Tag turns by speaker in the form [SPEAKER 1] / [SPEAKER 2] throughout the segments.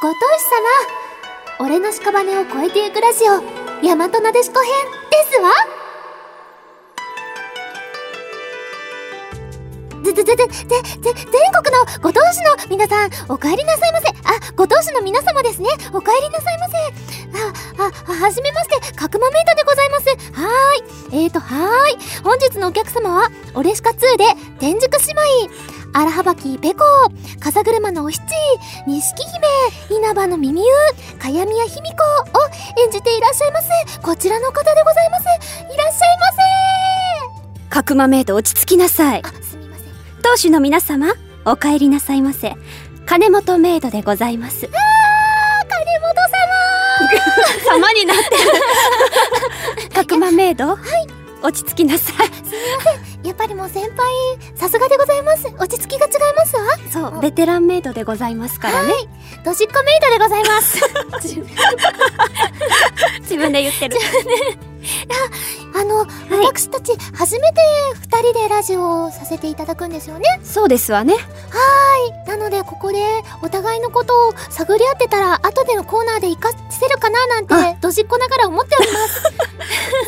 [SPEAKER 1] ご当主様俺の屍を越えてゆくラジオ大和なでしこ編ですわぜぜぜぜぜぜ全国のご当主の皆さんお帰りなさいませあご当主の皆様ですねお帰りなさいませああはじめまして角豆板でございますはーいえーとはーい本日のお客様はオレシカ2で天竺姉妹荒はばきペコ風車のお七錦姫稲葉の耳うかやみやひみこを演じていらっしゃいますこちらの方でございますいらっしゃいませ
[SPEAKER 2] 角豆と落ち着きなさい
[SPEAKER 1] あすみません
[SPEAKER 2] 当主の皆様お帰りなさいませ金本メイドでございます
[SPEAKER 1] あ金本様
[SPEAKER 2] 様になってる 角間メイド落ち着きなさい
[SPEAKER 1] やっぱりもう先輩さすがでございます落ち着きが違いますわ
[SPEAKER 2] そうベテランメイドでございますからね
[SPEAKER 1] はいドシッコメイドでございます
[SPEAKER 2] 自分で言ってる
[SPEAKER 1] あの、私たち初めて二人でラジオをさせていただくんですよね
[SPEAKER 2] そうですわね
[SPEAKER 1] なのでここでお互いのことを探り合ってたら後でのコーナーで活かせるかななんてどじっこながら思っております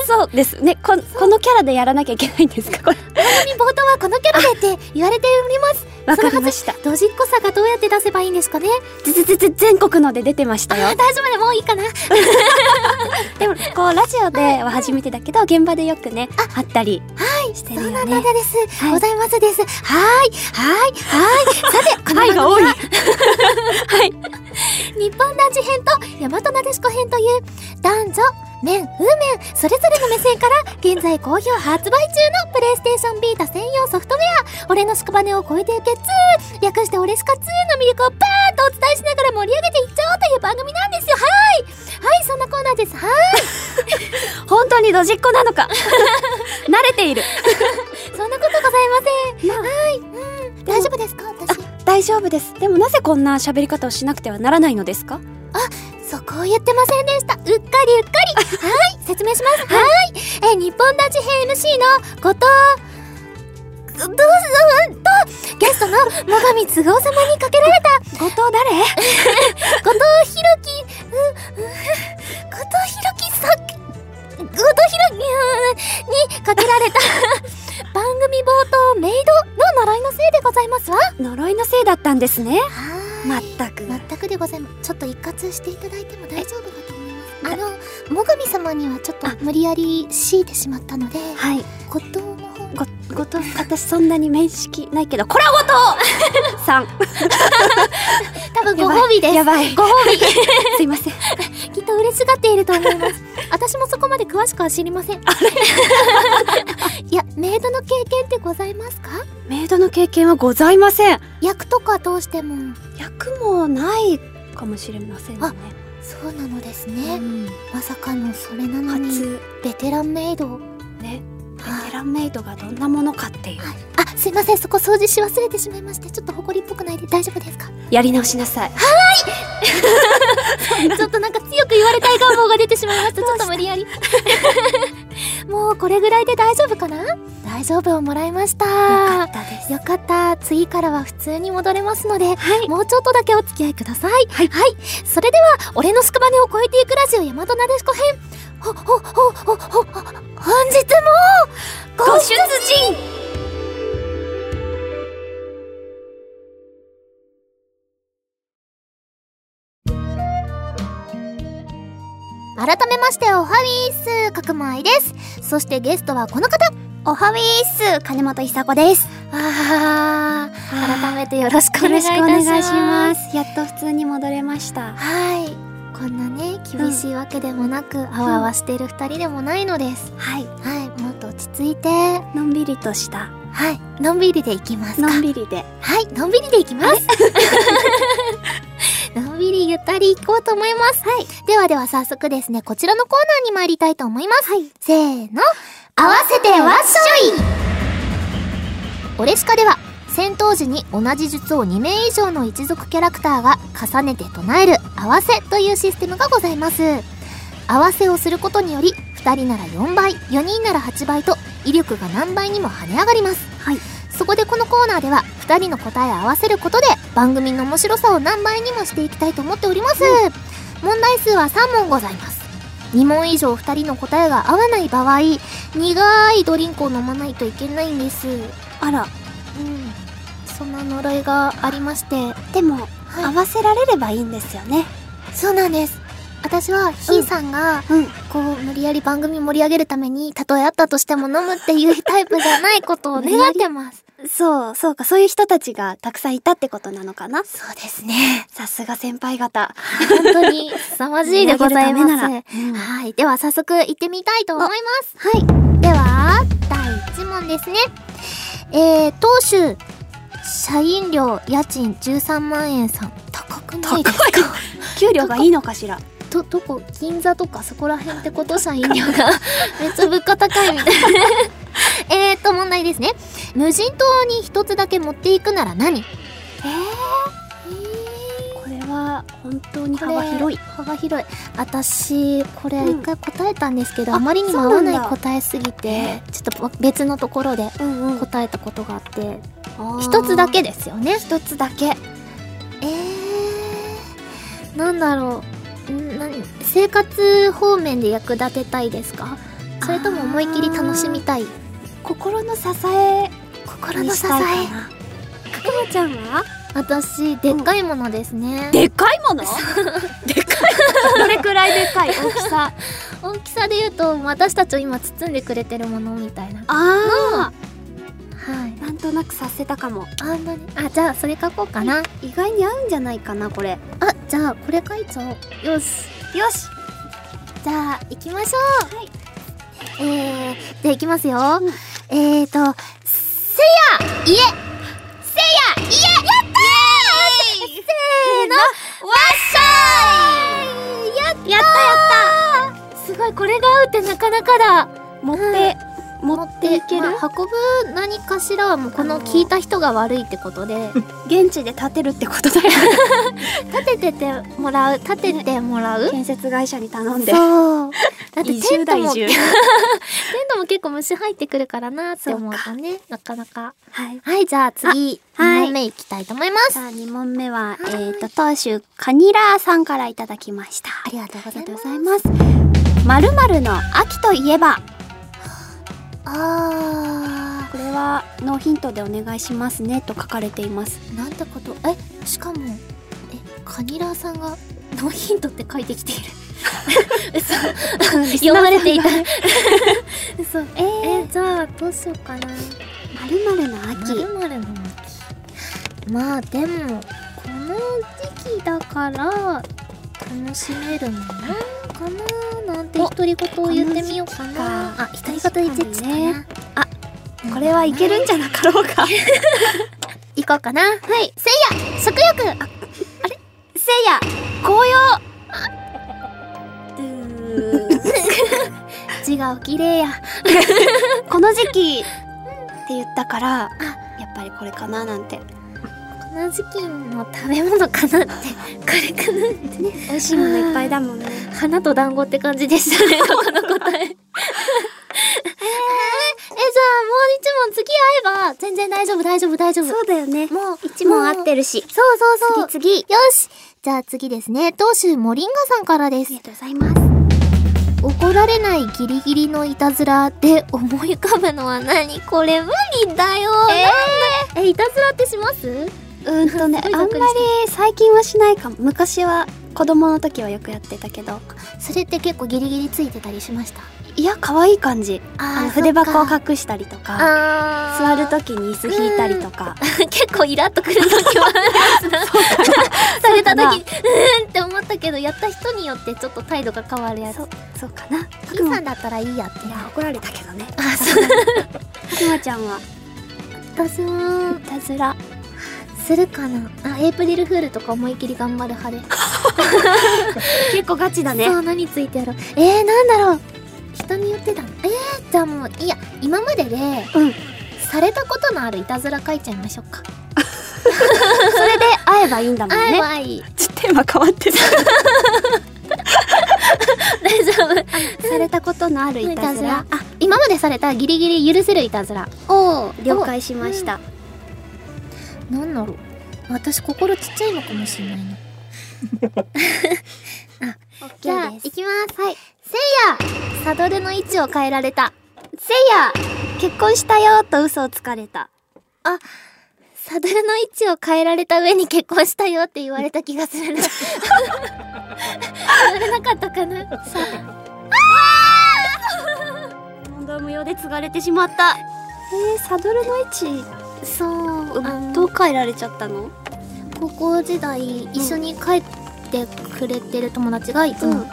[SPEAKER 2] そうですねここのキャラでやらなきゃいけないんですかこれ
[SPEAKER 1] ちなみに冒頭はこのキャラでって言われており ます
[SPEAKER 2] わかりました
[SPEAKER 1] どじっこさがどうやって出せばいいんですかね
[SPEAKER 2] ぜぜぜぜ全国ので出てまし
[SPEAKER 1] あ
[SPEAKER 2] たよ
[SPEAKER 1] 大丈夫でもういいか な
[SPEAKER 2] でもこうラジオでは初めてだけど現場でよくねあったりしてる
[SPEAKER 1] そうな
[SPEAKER 2] よ
[SPEAKER 1] んだ
[SPEAKER 2] ね
[SPEAKER 1] です、
[SPEAKER 2] はい
[SPEAKER 1] ございますですはーいはーいはーいさてこの
[SPEAKER 2] 愛
[SPEAKER 1] 番組
[SPEAKER 2] が多い
[SPEAKER 1] は日本男子編と大和なでしこ編という男女面、ウーメン、それぞれの目線から現在好評発売中のプレイステーションビータ専用ソフトウェア俺の屍を超えてゆけ2略して俺しか2の魅力をバーンとお伝えしながら盛り上げていっちゃおうという番組なんですよはーいはい、そんなコーナーですはー
[SPEAKER 2] 本当にドジっ子なのか 慣れている
[SPEAKER 1] いそんなことございません、はーい、うん、大丈夫ですか私
[SPEAKER 2] 大丈夫ですでもなぜこんな喋り方をしなくてはならないのですか
[SPEAKER 1] そこを言ってませんでした。うっかりうっかり。はい、説明します。はい。えー、日本立ち編 MC の後藤、どうぞ、と、ゲストの野上嗣夫様にかけられた、
[SPEAKER 2] 後藤誰
[SPEAKER 1] 後藤弘樹、うん、うん後藤弘樹さん、後藤弘樹うんにかけら れた、番組冒頭メイドの呪いのせいでございますわ。
[SPEAKER 2] 呪いのせいだったんですね
[SPEAKER 1] はい
[SPEAKER 2] まったく
[SPEAKER 1] 全くでございますちょっと一括していただいても大丈夫かと思いますあのもぐみ様にはちょっと無理やり強いてしまったので
[SPEAKER 2] はい
[SPEAKER 1] 後藤の方に
[SPEAKER 2] ごごと私そんなに面識ないけどこらごと さん
[SPEAKER 1] 多分ご褒美です
[SPEAKER 2] やばい
[SPEAKER 1] ご褒
[SPEAKER 2] すいません
[SPEAKER 1] 美 きっと嬉しがっていると思います私もそこまで詳しくは知りません いやメイドの経験ってございますか
[SPEAKER 2] メイドの経験はございません
[SPEAKER 1] 役とか通しても
[SPEAKER 2] 役もないかもしれませんね
[SPEAKER 1] あそうなのです
[SPEAKER 2] う
[SPEAKER 1] ね、
[SPEAKER 2] ん
[SPEAKER 1] まさかのそれなのに
[SPEAKER 2] 初
[SPEAKER 1] ベテランメイド
[SPEAKER 2] ねベテランメイドがどんなものかっていう
[SPEAKER 1] あすいませんそこ掃除し忘れてしまいましてちょっと埃っぽくないで大丈夫ですか
[SPEAKER 2] やり直しなさい
[SPEAKER 1] ちょっとなんか強く言われたい願望が出てしまいました。ちょっと無理やり。 もうこれぐらいで大丈夫かな大丈夫をもらいました。
[SPEAKER 2] よかったです
[SPEAKER 1] よかった。次からは普通に戻れますので、
[SPEAKER 2] はい
[SPEAKER 1] もうちょっとだけお付き合いください。
[SPEAKER 2] はい
[SPEAKER 1] それでは、俺の屍を超えていくラジオ大和なでしこ編。ほ、ほ、ほ、ほ、ほ、ほ、本日も、
[SPEAKER 2] ご出陣
[SPEAKER 1] 改めまして、おはウィース、角間愛です。そしてゲストはこの方。おはウィース、金本久子です。あー、改めてよろしくお願いいたします。
[SPEAKER 2] やっと普通に戻れまし
[SPEAKER 1] は
[SPEAKER 2] た
[SPEAKER 1] い。こんなね、厳しいわけでもなく、あわあわしてる二人でもないのです。
[SPEAKER 2] はい
[SPEAKER 1] はい、もっと落ち着いて、は
[SPEAKER 2] のんびりとした
[SPEAKER 1] い、のんびりでいきますか。
[SPEAKER 2] のん
[SPEAKER 1] は
[SPEAKER 2] びりで
[SPEAKER 1] い、のんびりでいきます。 のんびりゆったりいこうと思います。はい。ではでは早速ですね、こちらのコーナーに参りたいと思います。はい。せーの、合わせてわっしょいオレシカでは戦闘時に同じ術を2名以上の一族キャラクターが重ねて唱える合わせというシステムがございます合わせをすることにより2人なら4倍4人なら8倍と威力が何倍にも跳ね上がります、
[SPEAKER 2] はい
[SPEAKER 1] そこでこのコーナーでは2人の答えを合わせることで番組の面白さを何倍にもしていきたいと思っております、問題数は3問ございます2問以上2人の答えが合わない場合苦いドリンクを飲まないといけないんですうん
[SPEAKER 2] あら
[SPEAKER 1] そんな呪いがありまして
[SPEAKER 2] でも、合わせられればいいんですよね
[SPEAKER 1] そうなんです私はひーさんが、
[SPEAKER 2] うん
[SPEAKER 1] こう無理やり番組盛り上げるためにたとえあったとしても飲むっていうタイプじゃないことを願ってます
[SPEAKER 2] そうそうかそういう人たちがたくさんいたってことなのかな
[SPEAKER 1] そうですね
[SPEAKER 2] さすが先輩方
[SPEAKER 1] 本当に凄まじいでございま
[SPEAKER 2] 投
[SPEAKER 1] す
[SPEAKER 2] げるためならうん
[SPEAKER 1] はいでは早速行ってみたいと思います
[SPEAKER 2] はい
[SPEAKER 1] では第1問ですねえー、当主社員料家賃13万円さん高くないですか
[SPEAKER 2] 給料がいいのかしら
[SPEAKER 1] ど どこ銀座とかそこら辺ってこと社員料 がめっちゃ物価高い みたいなえーっと問題ですね無人島に一つだけ持っていくなら何え
[SPEAKER 2] これは本当に
[SPEAKER 1] これ
[SPEAKER 2] 幅広い
[SPEAKER 1] 幅広い私これ
[SPEAKER 2] うん
[SPEAKER 1] 一回答えたんですけど、
[SPEAKER 2] あ
[SPEAKER 1] あまりにも合
[SPEAKER 2] そ
[SPEAKER 1] わ
[SPEAKER 2] うなん
[SPEAKER 1] な
[SPEAKER 2] だ
[SPEAKER 1] い答えすぎてちょっと別のところで
[SPEAKER 2] うんう
[SPEAKER 1] 答えたことがあって一
[SPEAKER 2] 一
[SPEAKER 1] つ
[SPEAKER 2] つ
[SPEAKER 1] だ
[SPEAKER 2] だけ
[SPEAKER 1] けですよね一つだけえー、なんだろうん何生活方面で役立てたいですかそれとも思いっきり楽しみたい
[SPEAKER 2] 心の支え
[SPEAKER 1] 心
[SPEAKER 2] に
[SPEAKER 1] の
[SPEAKER 2] し
[SPEAKER 1] 支
[SPEAKER 2] たいか
[SPEAKER 1] え
[SPEAKER 2] なかくまちゃんは
[SPEAKER 1] 私でっかいものですね、
[SPEAKER 2] でかいものでかいどれくらいでかい大きさ
[SPEAKER 1] 大きさで言うと私たちを今包んでくれてるものみたいな
[SPEAKER 2] あ
[SPEAKER 1] はい
[SPEAKER 2] ーなんとなくさせたかも
[SPEAKER 1] あんなにあじゃあそれ書こうかな
[SPEAKER 2] 意外に合うんじゃないかなこれよ
[SPEAKER 1] あじゃあこれ書いちゃおうよし
[SPEAKER 2] し
[SPEAKER 1] じゃあ行きましょう、えー、じゃあ行きますよ、えーとせや家せや家やったーせーのわっしょいやったやったすごいこれが合うってなかなかだ
[SPEAKER 2] 持って持っていけ
[SPEAKER 1] ま
[SPEAKER 2] る
[SPEAKER 1] あ運ぶ何かしらはもうこの聞いた人が悪いってこと で
[SPEAKER 2] 現地で建てるってこと だよ
[SPEAKER 1] 立てててもらう立ててもらう、
[SPEAKER 2] 建設会社に頼んで
[SPEAKER 1] そうだって
[SPEAKER 2] 移
[SPEAKER 1] テン
[SPEAKER 2] 住
[SPEAKER 1] ト
[SPEAKER 2] だ
[SPEAKER 1] も
[SPEAKER 2] 移
[SPEAKER 1] テン
[SPEAKER 2] 住
[SPEAKER 1] トも結構虫入ってくるからなって思うとねなかなか
[SPEAKER 2] はい
[SPEAKER 1] はい、じゃあ次、
[SPEAKER 2] あはい
[SPEAKER 1] 2問目いきたいと思います。
[SPEAKER 2] さあ2問目は、
[SPEAKER 1] い
[SPEAKER 2] えっ、と当主カニラーさんからいただきました
[SPEAKER 1] ありがとうご
[SPEAKER 2] あり
[SPEAKER 1] ざい
[SPEAKER 2] がとう
[SPEAKER 1] ま
[SPEAKER 2] ご
[SPEAKER 1] す。
[SPEAKER 2] ざいますまるまるの秋といえば
[SPEAKER 1] あ
[SPEAKER 2] これはノーヒントでお願いしますねと書かれています
[SPEAKER 1] ー、なんてこと。え、しかも、え、カニラーさんが、ノーヒントって書いてきている。嘘。読まれていた。嘘。
[SPEAKER 2] え
[SPEAKER 1] え、
[SPEAKER 2] ー、
[SPEAKER 1] じゃあ、どうしようかな。
[SPEAKER 2] まるまるの
[SPEAKER 1] ま
[SPEAKER 2] 秋
[SPEAKER 1] るまるの秋。まあ、でも、この時期だから、楽しめるものかななんて
[SPEAKER 2] お
[SPEAKER 1] 独り言を言ってみようかな。
[SPEAKER 2] この
[SPEAKER 1] あ、
[SPEAKER 2] 時期か
[SPEAKER 1] 独り言言っちゃった
[SPEAKER 2] 確かに
[SPEAKER 1] な
[SPEAKER 2] ね。これはいけるんじゃなかろうか
[SPEAKER 1] 行こうかな。はい。せいや食欲あ、
[SPEAKER 2] せいや紅葉
[SPEAKER 1] 字がおきれいや。
[SPEAKER 2] この時期って言ったからやっぱりこれかななんて
[SPEAKER 1] この時期の食べ物かなって、これかなってね。
[SPEAKER 2] 美味しいものいっぱいだもんね
[SPEAKER 1] 花と団子って感じでした ね、ここの答え。えーえ、じゃあもう一問次会えば、全然大丈夫、大丈夫、大丈夫。
[SPEAKER 2] そうだよね
[SPEAKER 1] もう
[SPEAKER 2] 一問合ってるし
[SPEAKER 1] そうそうそう。
[SPEAKER 2] 次
[SPEAKER 1] よしじゃあ次ですね、当主モリンガさんからです
[SPEAKER 2] あり。がとうございます
[SPEAKER 1] 怒られないギリギリのいたずらで思い浮かぶのは何これ無理だよ、ええいたずらってします
[SPEAKER 2] うーんとね
[SPEAKER 1] す
[SPEAKER 2] あ
[SPEAKER 1] ごいざっ
[SPEAKER 2] んまり
[SPEAKER 1] くりして
[SPEAKER 2] 最近はしないかも昔は子供の時はよくやってたけど
[SPEAKER 1] それって結構ギリギリついてたりしました
[SPEAKER 2] いや可愛い感じあの筆箱を
[SPEAKER 1] か
[SPEAKER 2] 隠したりとか
[SPEAKER 1] あ
[SPEAKER 2] 座る
[SPEAKER 1] と
[SPEAKER 2] 時に椅子引いたりとか
[SPEAKER 1] 結構イラっとくる時はあるんですな された時にうーんって思ったけどやった人によってちょっと態度が変わるやつ
[SPEAKER 2] そうそうかな
[SPEAKER 1] キン
[SPEAKER 2] も
[SPEAKER 1] さんだったらいいやって
[SPEAKER 2] いや怒られたけどね
[SPEAKER 1] あ そう
[SPEAKER 2] くまちゃんは
[SPEAKER 1] 私も
[SPEAKER 2] いたずら
[SPEAKER 1] するかなあエイプリルフールとか思いっきり頑張る派で
[SPEAKER 2] 結構ガチだね
[SPEAKER 1] そう何ついてやろうえー、なんだろう人によってだなえー、じゃあもういいや今までで
[SPEAKER 2] うん
[SPEAKER 1] されたことのあるいたずら書いちゃいましょうか
[SPEAKER 2] それで会えばいいんだもん
[SPEAKER 1] あ
[SPEAKER 2] ね
[SPEAKER 1] ばいい
[SPEAKER 2] ちょっとテーマ変わってた大丈夫。されたことのあるいたずら。
[SPEAKER 1] あ今までされたギリギリ許せるいたずら
[SPEAKER 2] おー了解しました。
[SPEAKER 1] なんだろう私心ちっちゃいのかもしれないなじゃあ
[SPEAKER 2] OK
[SPEAKER 1] 行
[SPEAKER 2] です。
[SPEAKER 1] きますはいせいやサドルの位置を変えられた
[SPEAKER 2] せいや結婚したよと嘘をつかれた。
[SPEAKER 1] サドルの位置を変えられた上に結婚したよって言われた気がするな言われなかったかな さあ
[SPEAKER 2] 問答無用で継がれてしまった。えー、サドルの位置、
[SPEAKER 1] そうあの
[SPEAKER 2] どう変えられちゃっ たの
[SPEAKER 1] 高校時代一緒に帰ってくれてる友達がいつも、
[SPEAKER 2] うん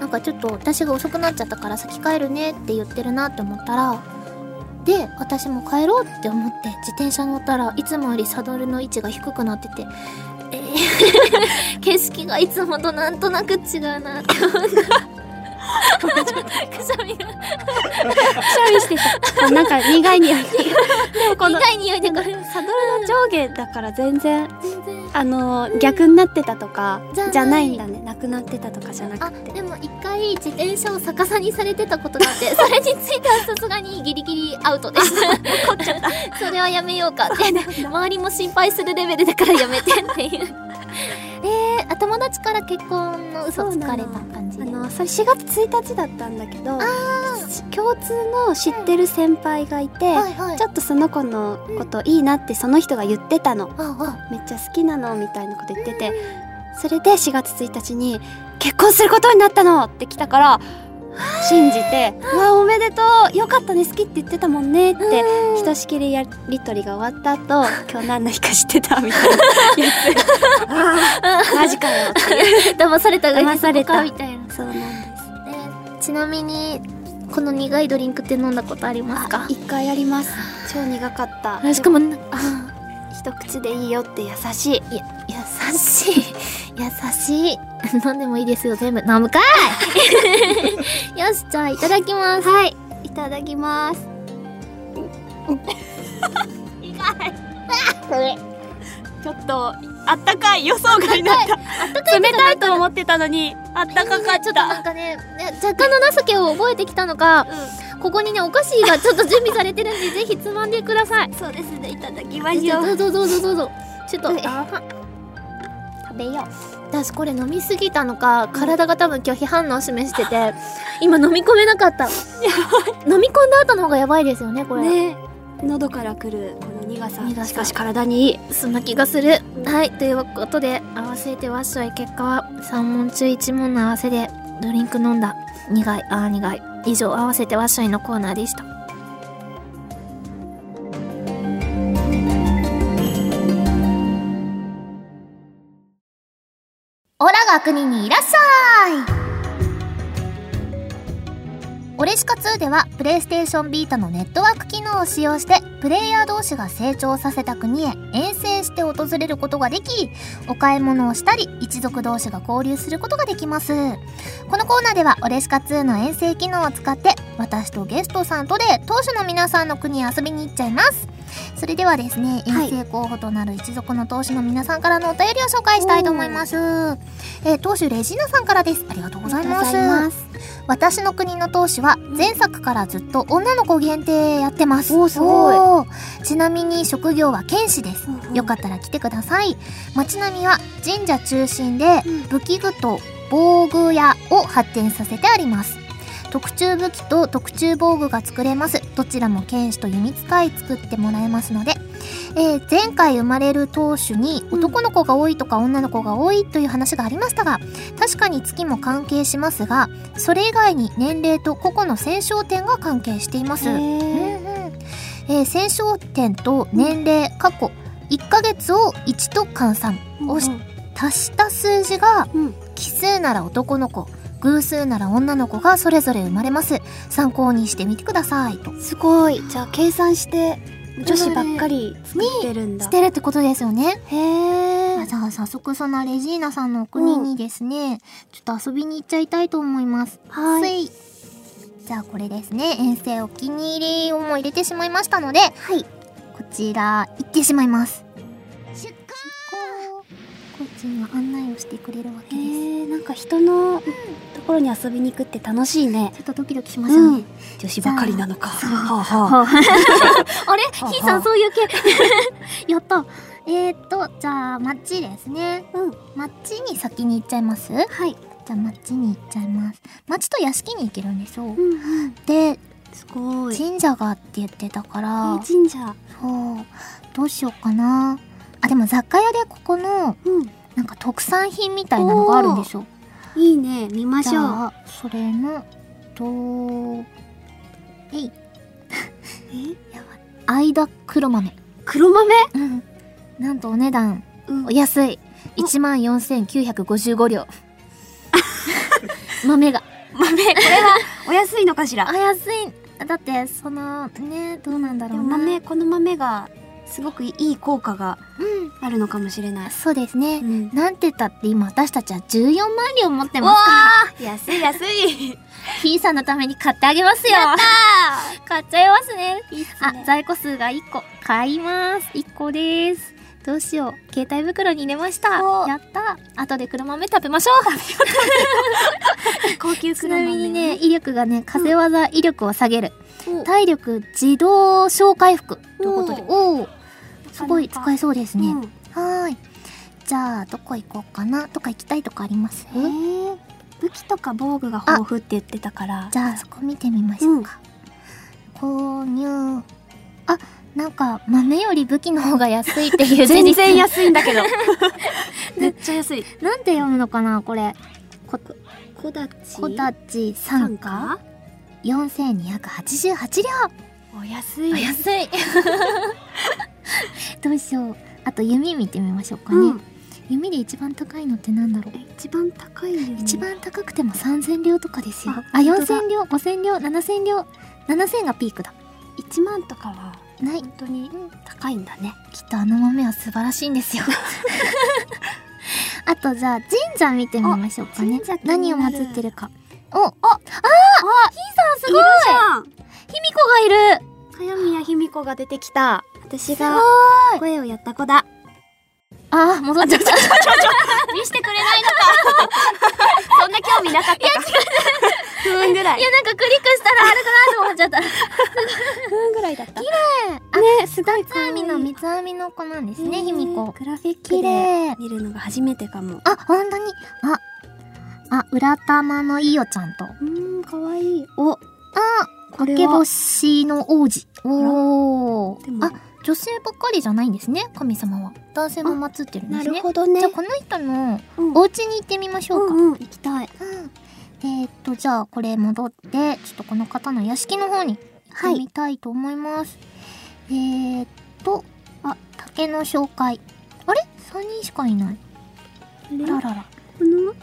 [SPEAKER 1] なんかちょっと私が遅くなっちゃったから先帰るねって言ってるなって思ったらで私も帰ろうって思って自転車乗ったらいつもよりサドルの位置が低くなってて、えー 景色がいつもとなんとなく違うな って思った。くしゃみが
[SPEAKER 2] くしゃみして た。あなんか苦い匂いが。でもこの
[SPEAKER 1] 苦い匂いでこれ
[SPEAKER 2] サドルの上下だから全然あのー逆になってたとか
[SPEAKER 1] じゃない
[SPEAKER 2] じゃないんだねなくなってたとかじゃな
[SPEAKER 1] あ
[SPEAKER 2] くて
[SPEAKER 1] でも一回自転車を逆さにされてたことがあって それについてはさすがにギリギリアウトです 怒っちゃったそれはやめようかって、ね、周りも心配するレベルだからやめてっていう えー、あ友達から結婚の嘘つかれた感じ
[SPEAKER 2] あ
[SPEAKER 1] で
[SPEAKER 2] のそれ4月1日だったんだけど共通の知ってる先輩がいて、
[SPEAKER 1] いは
[SPEAKER 2] ち
[SPEAKER 1] ちょ
[SPEAKER 2] ょっとその子のこといいなってその人が言ってたの、
[SPEAKER 1] あ
[SPEAKER 2] めっちゃ好きなのみたいなこと言ってて、それで4月1日に「結婚することになったの!」って来たから信じて「うわおめでとうよかったね好きって言ってたもんね」ってひとしきりやり取りが終わった 後今日何の日か知ってた」みたいなや つあーマジかよっていう
[SPEAKER 1] あ騙された上に
[SPEAKER 2] 騙された
[SPEAKER 1] そこかみたいな、
[SPEAKER 2] そうなんです
[SPEAKER 1] えーちなみにこの苦いドリンクって飲んだことありますか
[SPEAKER 2] 一回やります超苦かった
[SPEAKER 1] あしかもなあ
[SPEAKER 2] 一口でいいよって優しい
[SPEAKER 1] いや、優しい。 優しい。 飲んでもいいですよ、全部。飲むかい よし、じゃあ、いただきます。はい。いただきます。
[SPEAKER 2] ちょっとあったかい予想外だった冷たいと思ってたのにあったかかっ
[SPEAKER 1] ちょっとな
[SPEAKER 2] た
[SPEAKER 1] んかね、ね若干の情けを覚えてきたのか、ここにね、お菓子がちょっと準備されてるんで、ぜひつまんでください。
[SPEAKER 2] そうですねいただきま
[SPEAKER 1] じゃあどうぞどうぞどうぞ。ちょっと、
[SPEAKER 2] うん
[SPEAKER 1] あ食べよう。私これ飲みすぎたのか体が多分拒否反応を示してて今飲み込めなかった飲み込んだ後の方がやばいですよねこれ
[SPEAKER 2] ね喉からくるこの苦さ
[SPEAKER 1] 苦さ
[SPEAKER 2] しかし体にいい
[SPEAKER 1] そんな気がする。はい、ということで、合わせてわっしょい結果は、3問中1問の合わせで、ドリンク飲んだ。苦い、ああ苦い。以上、合わせてわっしょいのコーナーでした。オラが国にいらっしゃいオレシカ2では、プレイステーションビータのネットワーク機能を使用して、プレイヤー同士が成長させた国へ遠征して訪れることができ、お買い物をしたり、一族同士が交流することができます。このコーナーでは、オレシカ2の遠征機能を使って、私とゲストさんとで、当初の皆さんの国へ遊びに行っちゃいます。それではですね、
[SPEAKER 2] はい
[SPEAKER 1] 遠征候補となる一族の当主の皆さんからのお便りを紹介したいと思います。えー、当主レジーナさんからです。ありがとうございます。
[SPEAKER 2] す
[SPEAKER 1] 私の国の当主は前作からずっと女の子限定やってます。
[SPEAKER 2] おーすごい
[SPEAKER 1] おーちなみに職業は剣士です。よか
[SPEAKER 2] っ
[SPEAKER 1] ったら来てください。街並みは神社中心で武器具と防具屋を発展させてあります。特注武器と特注防具が作れます。どちらも剣士と弓使い作ってもらえますので。えー前回生まれる当主に男の子が多いとか女の子が多いという話がありましたが、確かに月も関係しますが、それ以外に年齢と個々の戦勝点が関係しています。
[SPEAKER 2] へ
[SPEAKER 1] えー戦勝点と年齢過去1ヶ月を1と換算
[SPEAKER 2] ー
[SPEAKER 1] 押し足した数字が
[SPEAKER 2] うん
[SPEAKER 1] 奇数なら男の子偶数なら女の子がそれぞれ生まれます参考にしてみてくださいと
[SPEAKER 2] すごいじゃあ計算して女子ばっかり作ってるんだ
[SPEAKER 1] してるってことですよね
[SPEAKER 2] へえ
[SPEAKER 1] じゃあ早速そのレジーナさんのお国にですね、ちょっと遊びに行っちゃいたいと思います
[SPEAKER 2] はい
[SPEAKER 1] いじゃあこれですね遠征お気に入りをもう入れてしまいましたのでこちら行ってしまいます出荷コーチンが案内をしてくれるわけ
[SPEAKER 2] え
[SPEAKER 1] です
[SPEAKER 2] ー、なんか人のところに遊びに行くって楽しいね
[SPEAKER 1] ちょっとドキドキしますよね、
[SPEAKER 2] 女子ばかりなのか
[SPEAKER 1] じゃあ
[SPEAKER 2] はあはあ
[SPEAKER 1] あれ
[SPEAKER 2] あ
[SPEAKER 1] ひーさんそういう系 やったえー、っとじゃあマッチですね
[SPEAKER 2] うん
[SPEAKER 1] マッチに先に行っちゃいますじ
[SPEAKER 2] はい、
[SPEAKER 1] ゃあマッチに行っちゃいますマッチと屋敷に行けるんでしょう
[SPEAKER 2] うん、
[SPEAKER 1] です
[SPEAKER 2] ごい、
[SPEAKER 1] 神社がって言ってたから
[SPEAKER 2] 神社
[SPEAKER 1] そうどうしようかなあでも雑貨屋でここの
[SPEAKER 2] うん
[SPEAKER 1] なんか特産品みたいなのがあるんでしょ
[SPEAKER 2] いいね見まし
[SPEAKER 1] じ
[SPEAKER 2] ょう
[SPEAKER 1] ゃあそれのとえい
[SPEAKER 2] え
[SPEAKER 1] 間黒豆
[SPEAKER 2] 黒豆
[SPEAKER 1] うんなんとお値段
[SPEAKER 2] うん
[SPEAKER 1] お安い1万4955両 豆が
[SPEAKER 2] 豆これはお安いのかしら
[SPEAKER 1] あ安いだってそのねどうなんだ
[SPEAKER 2] で
[SPEAKER 1] ろ
[SPEAKER 2] も
[SPEAKER 1] うな
[SPEAKER 2] 豆この豆がすごくいい効果が
[SPEAKER 1] う
[SPEAKER 2] あるのかもしれない
[SPEAKER 1] ん、そうですね、
[SPEAKER 2] うん
[SPEAKER 1] なんて言ったって今私たちは14万両持って
[SPEAKER 2] わ
[SPEAKER 1] ますから
[SPEAKER 2] あ安い安 い
[SPEAKER 1] ひーさんのために買ってあげますよ
[SPEAKER 2] あ
[SPEAKER 1] 買っちゃいますね
[SPEAKER 2] ーいいっす
[SPEAKER 1] あ
[SPEAKER 2] ね
[SPEAKER 1] 在庫数が1個買います1個ですどうしよう携帯袋に入れました
[SPEAKER 2] お
[SPEAKER 1] やった後で黒豆食べましょう
[SPEAKER 2] 高級
[SPEAKER 1] ち
[SPEAKER 2] 黒
[SPEAKER 1] な
[SPEAKER 2] 豆
[SPEAKER 1] みにね威力がね風技、威力を下げる
[SPEAKER 2] お
[SPEAKER 1] 体力自動小回復ということで
[SPEAKER 2] お
[SPEAKER 1] おおすごい
[SPEAKER 2] なかなか
[SPEAKER 1] 使えそうです
[SPEAKER 2] う
[SPEAKER 1] ね、
[SPEAKER 2] ん
[SPEAKER 1] はーいじゃあどこ行こうかなどっか行きたいとこあります
[SPEAKER 2] えー武器とか防具が豊富って言ってたから
[SPEAKER 1] じゃあそこ見てみましょうか、購入あなんか豆より武器の方が安いっていう
[SPEAKER 2] 全
[SPEAKER 1] 事
[SPEAKER 2] 然
[SPEAKER 1] 実
[SPEAKER 2] 安いんだけどめっちゃ安い
[SPEAKER 1] なんて読むのかなこれこ
[SPEAKER 2] こだち
[SPEAKER 1] こだち
[SPEAKER 2] 参
[SPEAKER 1] 参加
[SPEAKER 2] 加
[SPEAKER 1] 4288
[SPEAKER 2] お安
[SPEAKER 1] 両
[SPEAKER 2] い
[SPEAKER 1] お安い どうしようあと弓見てみましょうかね、
[SPEAKER 2] うん
[SPEAKER 1] 弓で一番高いのってなんだろう
[SPEAKER 2] え一番高いよね
[SPEAKER 1] 一番高くても3000両とかですよ
[SPEAKER 2] あ
[SPEAKER 1] あ
[SPEAKER 2] 本当だ
[SPEAKER 1] 4000両5000両7000両7000がピークだ
[SPEAKER 2] 1万とかは
[SPEAKER 1] ない
[SPEAKER 2] 本当に高いんだね
[SPEAKER 1] きっとあの豆は素晴らしいんですよあとじゃあ神社見てみましょうかね
[SPEAKER 2] あ神社気になる
[SPEAKER 1] 何を祀ってるかおああ
[SPEAKER 2] あ
[SPEAKER 1] すごい
[SPEAKER 2] る
[SPEAKER 1] 卑弥呼がいる
[SPEAKER 2] じゃん早宮卑弥呼が出てきた私
[SPEAKER 1] す
[SPEAKER 2] が
[SPEAKER 1] ごい
[SPEAKER 2] 声をやった子だ
[SPEAKER 1] あ戻っちゃった
[SPEAKER 2] 見してくれないのかそんな興味 なかったか不運ぐら
[SPEAKER 1] いやなんかクリックしたらあれかなと思っちゃったね
[SPEAKER 2] 不運ぐらいだった
[SPEAKER 1] えすごい三つ編みの三つ編みの子なんですね卑弥呼
[SPEAKER 2] グラフィック
[SPEAKER 1] 綺
[SPEAKER 2] で
[SPEAKER 1] 麗
[SPEAKER 2] 見るのが初めてかも
[SPEAKER 1] あ本当にああ裏玉のいよちゃんと
[SPEAKER 2] うーんかわいいお
[SPEAKER 1] あ
[SPEAKER 2] これ
[SPEAKER 1] け
[SPEAKER 2] は
[SPEAKER 1] 星の王子おお
[SPEAKER 2] でも
[SPEAKER 1] あ女性ばっかりじゃないんですね神様は男性も祀ってるんで
[SPEAKER 2] な
[SPEAKER 1] すね
[SPEAKER 2] るほどね
[SPEAKER 1] じゃあこの人の
[SPEAKER 2] うん
[SPEAKER 1] お家に行ってみましょうか、
[SPEAKER 2] うんうん行きたい
[SPEAKER 1] うんでえっとじゃあこれ戻ってちょっとこの方の屋敷の方に行ってみたいと思います、えー、っとあ竹の紹介あれ3人しかいないあららら
[SPEAKER 2] この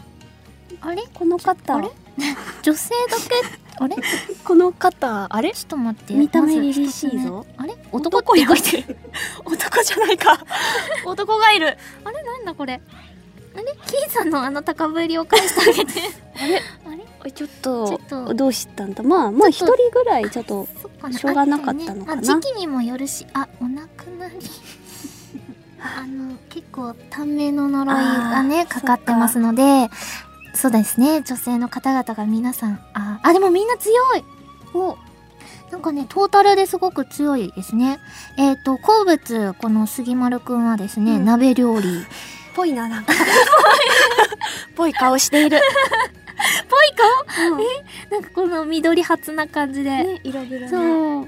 [SPEAKER 1] あれ
[SPEAKER 2] この方
[SPEAKER 1] あれ 女性だけあれちょ
[SPEAKER 2] この方あれ
[SPEAKER 1] っと待って
[SPEAKER 2] 見た目
[SPEAKER 1] まず
[SPEAKER 2] 凛
[SPEAKER 1] 一つ目
[SPEAKER 2] 々しいぞ
[SPEAKER 1] あれ男って書いてる
[SPEAKER 2] 男じゃないか男がいる
[SPEAKER 1] あれなんだこれあれキーさんのあの高ぶりを返してあげて
[SPEAKER 2] あれ
[SPEAKER 1] あれ
[SPEAKER 2] ちょっ
[SPEAKER 1] ちょ
[SPEAKER 2] と
[SPEAKER 1] っと
[SPEAKER 2] どうしたんだまあまあ
[SPEAKER 1] ち
[SPEAKER 2] 一
[SPEAKER 1] ょっと
[SPEAKER 2] 人ぐらいちょっと
[SPEAKER 1] そっかな
[SPEAKER 2] しょうがなかったのかな
[SPEAKER 1] あとねまあ、時期にもよるしあお亡くなりあの結構短命の呪いがね
[SPEAKER 2] あー
[SPEAKER 1] かかってますのでそうですね女性の方々が皆さんああでもみんな強いおなんかねトータルですごく強いですねえっ、と好物この杉丸くんはですね、
[SPEAKER 2] うん
[SPEAKER 1] 鍋料理
[SPEAKER 2] ぽいななんか ぽい顔している
[SPEAKER 1] ぽい顔
[SPEAKER 2] うん
[SPEAKER 1] なんかこの緑発な感じで、
[SPEAKER 2] ね色黒ね
[SPEAKER 1] そう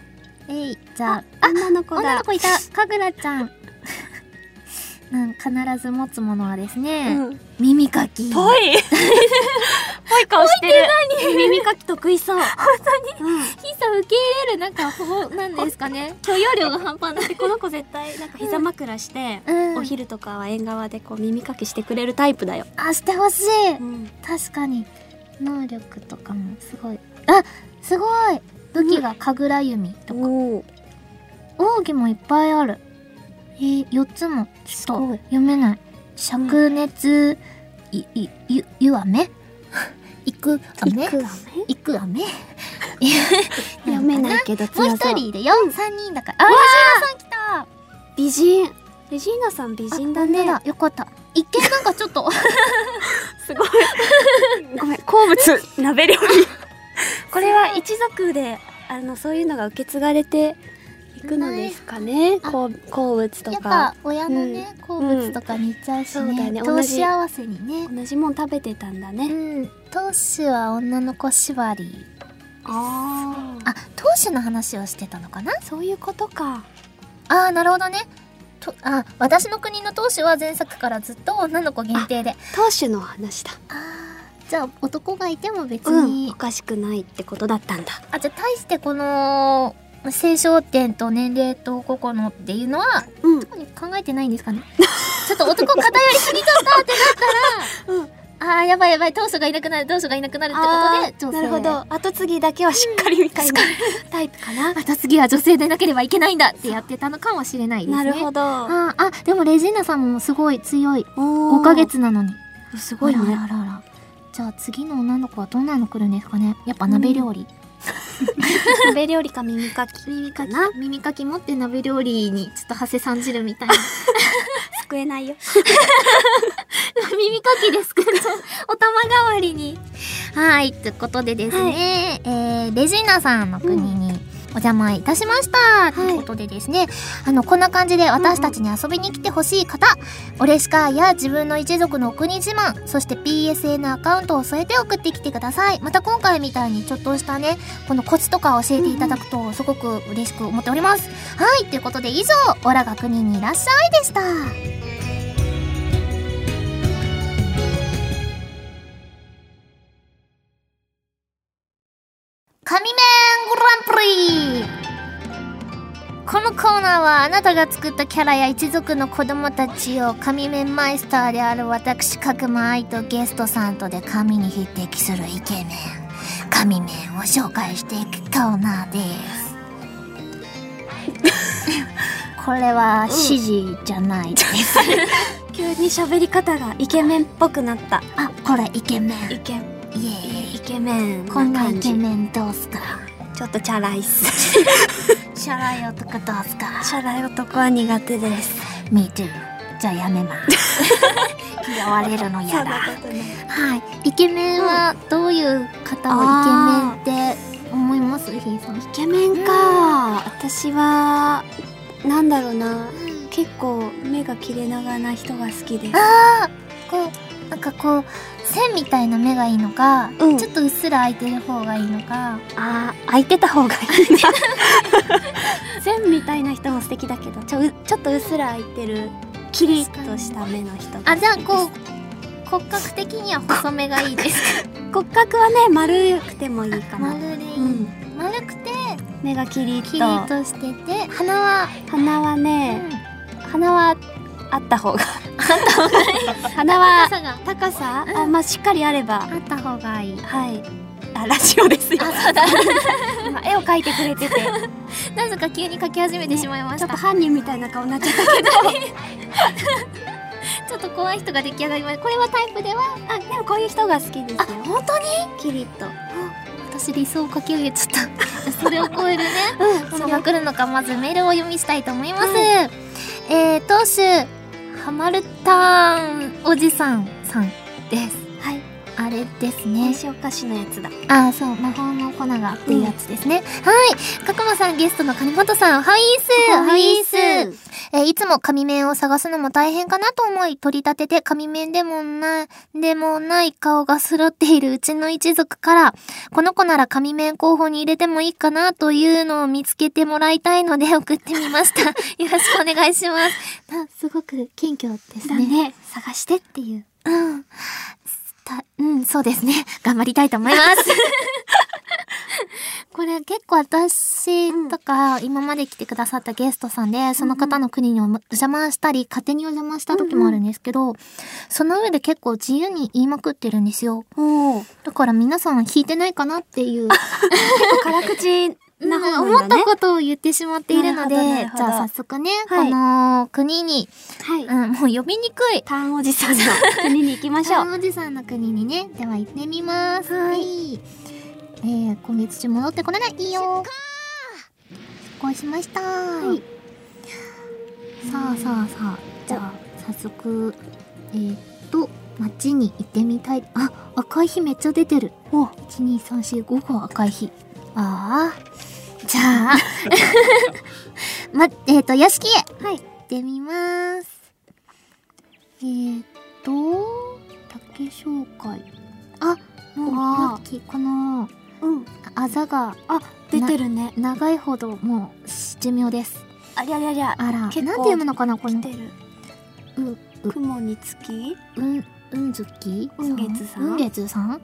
[SPEAKER 1] えいじゃああ
[SPEAKER 2] 女の子だ
[SPEAKER 1] 女の子いた かぐらちゃん なん必ず持つものはですね、
[SPEAKER 2] うん
[SPEAKER 1] 耳かき
[SPEAKER 2] ぽい ぽい顔 してる耳かき得意 そう本当に
[SPEAKER 1] ひさ受け入れるなんかほぼなんですかね許容量が半端ない
[SPEAKER 2] この子絶対なんか膝枕して
[SPEAKER 1] うん
[SPEAKER 2] お昼とかは縁側でこう耳かきしてくれるタイプだよ
[SPEAKER 1] あしてほしい
[SPEAKER 2] うん
[SPEAKER 1] 確かに能力とかもすごいあすごい武器が神楽弓とか、
[SPEAKER 2] おー
[SPEAKER 1] 奥義もいっぱいあるえー、4つもちょっ
[SPEAKER 2] ご
[SPEAKER 1] と
[SPEAKER 2] い
[SPEAKER 1] 読めない灼熱、いいゆゆ 飴いく飴
[SPEAKER 2] いくらね
[SPEAKER 1] いく飴
[SPEAKER 2] 読めないけど
[SPEAKER 1] もう
[SPEAKER 2] 強
[SPEAKER 1] 一
[SPEAKER 2] そう
[SPEAKER 1] 人いるよ、三人だからあ
[SPEAKER 2] わ
[SPEAKER 1] 藤原さん来た
[SPEAKER 2] 美人レジーナさん美人
[SPEAKER 1] だ
[SPEAKER 2] だね
[SPEAKER 1] だよかった一見なんかちょっ と
[SPEAKER 2] すごいごめん好物 鍋料理これは一族であのそういうのが受け継がれていくのですかね
[SPEAKER 1] あ
[SPEAKER 2] こう好物と
[SPEAKER 1] やっ
[SPEAKER 2] か
[SPEAKER 1] ぱ親のね、好物とか似ちゃうし
[SPEAKER 2] うんそうだ
[SPEAKER 1] ね,、
[SPEAKER 2] ね同
[SPEAKER 1] 投
[SPEAKER 2] じ
[SPEAKER 1] 資合わせにね
[SPEAKER 2] 同じもん食べてたんだ
[SPEAKER 1] う
[SPEAKER 2] ね、
[SPEAKER 1] ん投資は女の子縛り
[SPEAKER 2] ああ
[SPEAKER 1] あ投資の話をしてたのかな
[SPEAKER 2] そういうことか
[SPEAKER 1] あーなるほどねとあ私の国の投資は前作からずっと女の子限定で
[SPEAKER 2] 当主の話だ
[SPEAKER 1] あーじゃあ男がいても別
[SPEAKER 2] うん
[SPEAKER 1] に、
[SPEAKER 2] おかしくないってことだったんだ
[SPEAKER 1] あじゃあ対してこの性焦点と年齢と個々のっていうのは
[SPEAKER 2] うん
[SPEAKER 1] 考えてないんですか ねちょっと男偏りすぎちゃったってなったら、ああやばいやばい当初がいなくなる当初がいなくなるってことで女性
[SPEAKER 2] なるほど後継ぎだけはしっかりみたいなタイプかな、
[SPEAKER 1] また次は女性でなければいけないんだってやってたのかもしれないです
[SPEAKER 2] な
[SPEAKER 1] ね
[SPEAKER 2] るほど
[SPEAKER 1] あーあでもレジーナさんもすごい強い
[SPEAKER 2] 5
[SPEAKER 1] 5ヶ月なのに
[SPEAKER 2] すごいね
[SPEAKER 1] あらあらあらじゃあ次の女の子はどんなの来るんですかねやっぱ鍋料理、
[SPEAKER 2] 鍋料理か耳かき
[SPEAKER 1] 耳か
[SPEAKER 2] か な
[SPEAKER 1] 耳かき持って鍋料理にちょっと長谷さん汁みたいな
[SPEAKER 2] 救えないよ
[SPEAKER 1] 耳かきですけど お玉代わりにはいということでですね、えーレジーナさんの国に、お邪魔いたしましたということでですね、あのこんな感じで私たちに遊びに来てほしい方、オレシカや自分の一族のお国自慢そして PSN アカウントを添えて送ってきてくださいまた今回みたいにちょっとしたねこのコツとか教えていただくとすごく嬉しく思っております、はいということで以上「オラが国にいらっしゃい」でした神面グランプリこのコーナーはあなたが作ったキャラや一族の子供たちを紙面マイスターである私角間愛とゲストさんとで紙に匹敵するイケメン紙面を紹介していくコーナー ですこれは指示じゃないです、
[SPEAKER 2] 急に喋り方がイケメンっぽくなった
[SPEAKER 1] あこれイケメン
[SPEAKER 2] イケ
[SPEAKER 1] イエーイ
[SPEAKER 2] イケメンな
[SPEAKER 1] こんなイ
[SPEAKER 2] 感
[SPEAKER 1] ケ
[SPEAKER 2] じ
[SPEAKER 1] メンどうすか
[SPEAKER 2] ちょっとチャラいっす
[SPEAKER 1] シャラい男どうすか
[SPEAKER 2] チャラい男は苦手です
[SPEAKER 1] Me too じゃあやめます 嫌われるの
[SPEAKER 2] そ
[SPEAKER 1] や
[SPEAKER 2] んな
[SPEAKER 1] だ
[SPEAKER 2] ことない
[SPEAKER 1] はい、イケメンはどういう方をイケメンって思います、ひいさん。
[SPEAKER 2] イケメンか私はなんだろうな結構目が切れ長な人が好きです
[SPEAKER 1] こう、なんかこう、線みたいな目がいいのか、
[SPEAKER 2] うん
[SPEAKER 1] ちょっとうっすら開いてる方がいいのか。
[SPEAKER 2] あー空いてた方がいい な線みたいな人も素敵だけどちょうちょっとうっすら空いてるキリッとした目の人が好きです
[SPEAKER 1] あ、じゃあこう、骨格的には細めがいいです
[SPEAKER 2] 骨格はね丸くてもいい
[SPEAKER 1] か。
[SPEAKER 2] かな、
[SPEAKER 1] 丸でいい、
[SPEAKER 2] うん、
[SPEAKER 1] 丸くて、
[SPEAKER 2] 目がキリッと
[SPEAKER 1] キリッとしてて、鼻は、
[SPEAKER 2] 鼻はね、鼻はあった方が鼻
[SPEAKER 1] 高
[SPEAKER 2] は
[SPEAKER 1] さが
[SPEAKER 2] 高さあまあしっかりあれば
[SPEAKER 1] あった方がいい。
[SPEAKER 2] はいあラジオですよ今絵を描いてくれ てて
[SPEAKER 1] なぜか急に書き始めてしまいま
[SPEAKER 2] ち
[SPEAKER 1] し。
[SPEAKER 2] ょったと犯人みたいな顔になっちゃったけど
[SPEAKER 1] ちょっと怖い人が出来上がりました。これはタイプでは
[SPEAKER 2] あでもこういう人が好きですよ
[SPEAKER 1] 本当に
[SPEAKER 2] キリッと
[SPEAKER 1] 私理想を書き上げちゃ ったそれを超えるね
[SPEAKER 2] うん
[SPEAKER 1] ものが来るのかまずメールを読みしたいと思います、えー、当主ハマルターンおじさんさんです
[SPEAKER 2] はい
[SPEAKER 1] あれです
[SPEAKER 2] 名
[SPEAKER 1] ね
[SPEAKER 2] 称歌詞のやつだ
[SPEAKER 1] あーそう魔法の粉がっていうやつですね、はい角間さんゲストの金本さんおはいーすおはいーすえーいつも紙面を探すのも大変かなと思い、取り立てて紙面でもない、でもない顔が揃っているうちの一族から、この子なら紙面候補に入れてもいいかなというのを見つけてもらいたいので送ってみました。よろしくお願いし ます。なすごく謙虚です
[SPEAKER 2] だ
[SPEAKER 1] ね。
[SPEAKER 2] ね探してっていう
[SPEAKER 1] うん。たうん、そうですね。 頑張りたいと思います。これ結構私とか今まで来てくださったゲストさんで、その方の国にお邪魔したり、勝手にお邪魔した時もあるんですけど、その上で結構自由に言いまくってるんですよ。
[SPEAKER 2] おお
[SPEAKER 1] だから皆さんは聞いてないかなっていう、
[SPEAKER 2] 辛口な方
[SPEAKER 1] 思
[SPEAKER 2] な
[SPEAKER 1] っ
[SPEAKER 2] ん
[SPEAKER 1] た
[SPEAKER 2] だね
[SPEAKER 1] ことを言ってしまっているので、
[SPEAKER 2] な
[SPEAKER 1] じ
[SPEAKER 2] るほどなるほど
[SPEAKER 1] ゃあ早速ね、
[SPEAKER 2] はい
[SPEAKER 1] この国に、
[SPEAKER 2] はい
[SPEAKER 1] うん、もう呼びにくい
[SPEAKER 2] ターンおじさんの国に行きましょう
[SPEAKER 1] おじさんの国にねでは行ってみますはい、えー、今月中戻ってこれないいいよ失敗しました、
[SPEAKER 2] い
[SPEAKER 1] さあさあさあじゃあ早速えー、っと町に行ってみたいあ赤い日めっちゃ出てる
[SPEAKER 2] お
[SPEAKER 1] 12345個赤い日ああじゃあ まえー、っと屋敷へはい行ってみますえー、っと竹紹介あもう
[SPEAKER 2] わあ
[SPEAKER 1] ラッキーこの
[SPEAKER 2] うん
[SPEAKER 1] あざが
[SPEAKER 2] あ出てるね
[SPEAKER 1] 長いほどもう寿命です
[SPEAKER 2] ありゃりゃりゃ
[SPEAKER 1] あらなんて
[SPEAKER 2] 結構
[SPEAKER 1] 読むのかなこ
[SPEAKER 2] 来
[SPEAKER 1] の
[SPEAKER 2] てる
[SPEAKER 1] う
[SPEAKER 2] 雲につき
[SPEAKER 1] うん、うんずき
[SPEAKER 2] うんげつさん
[SPEAKER 1] うんげつさん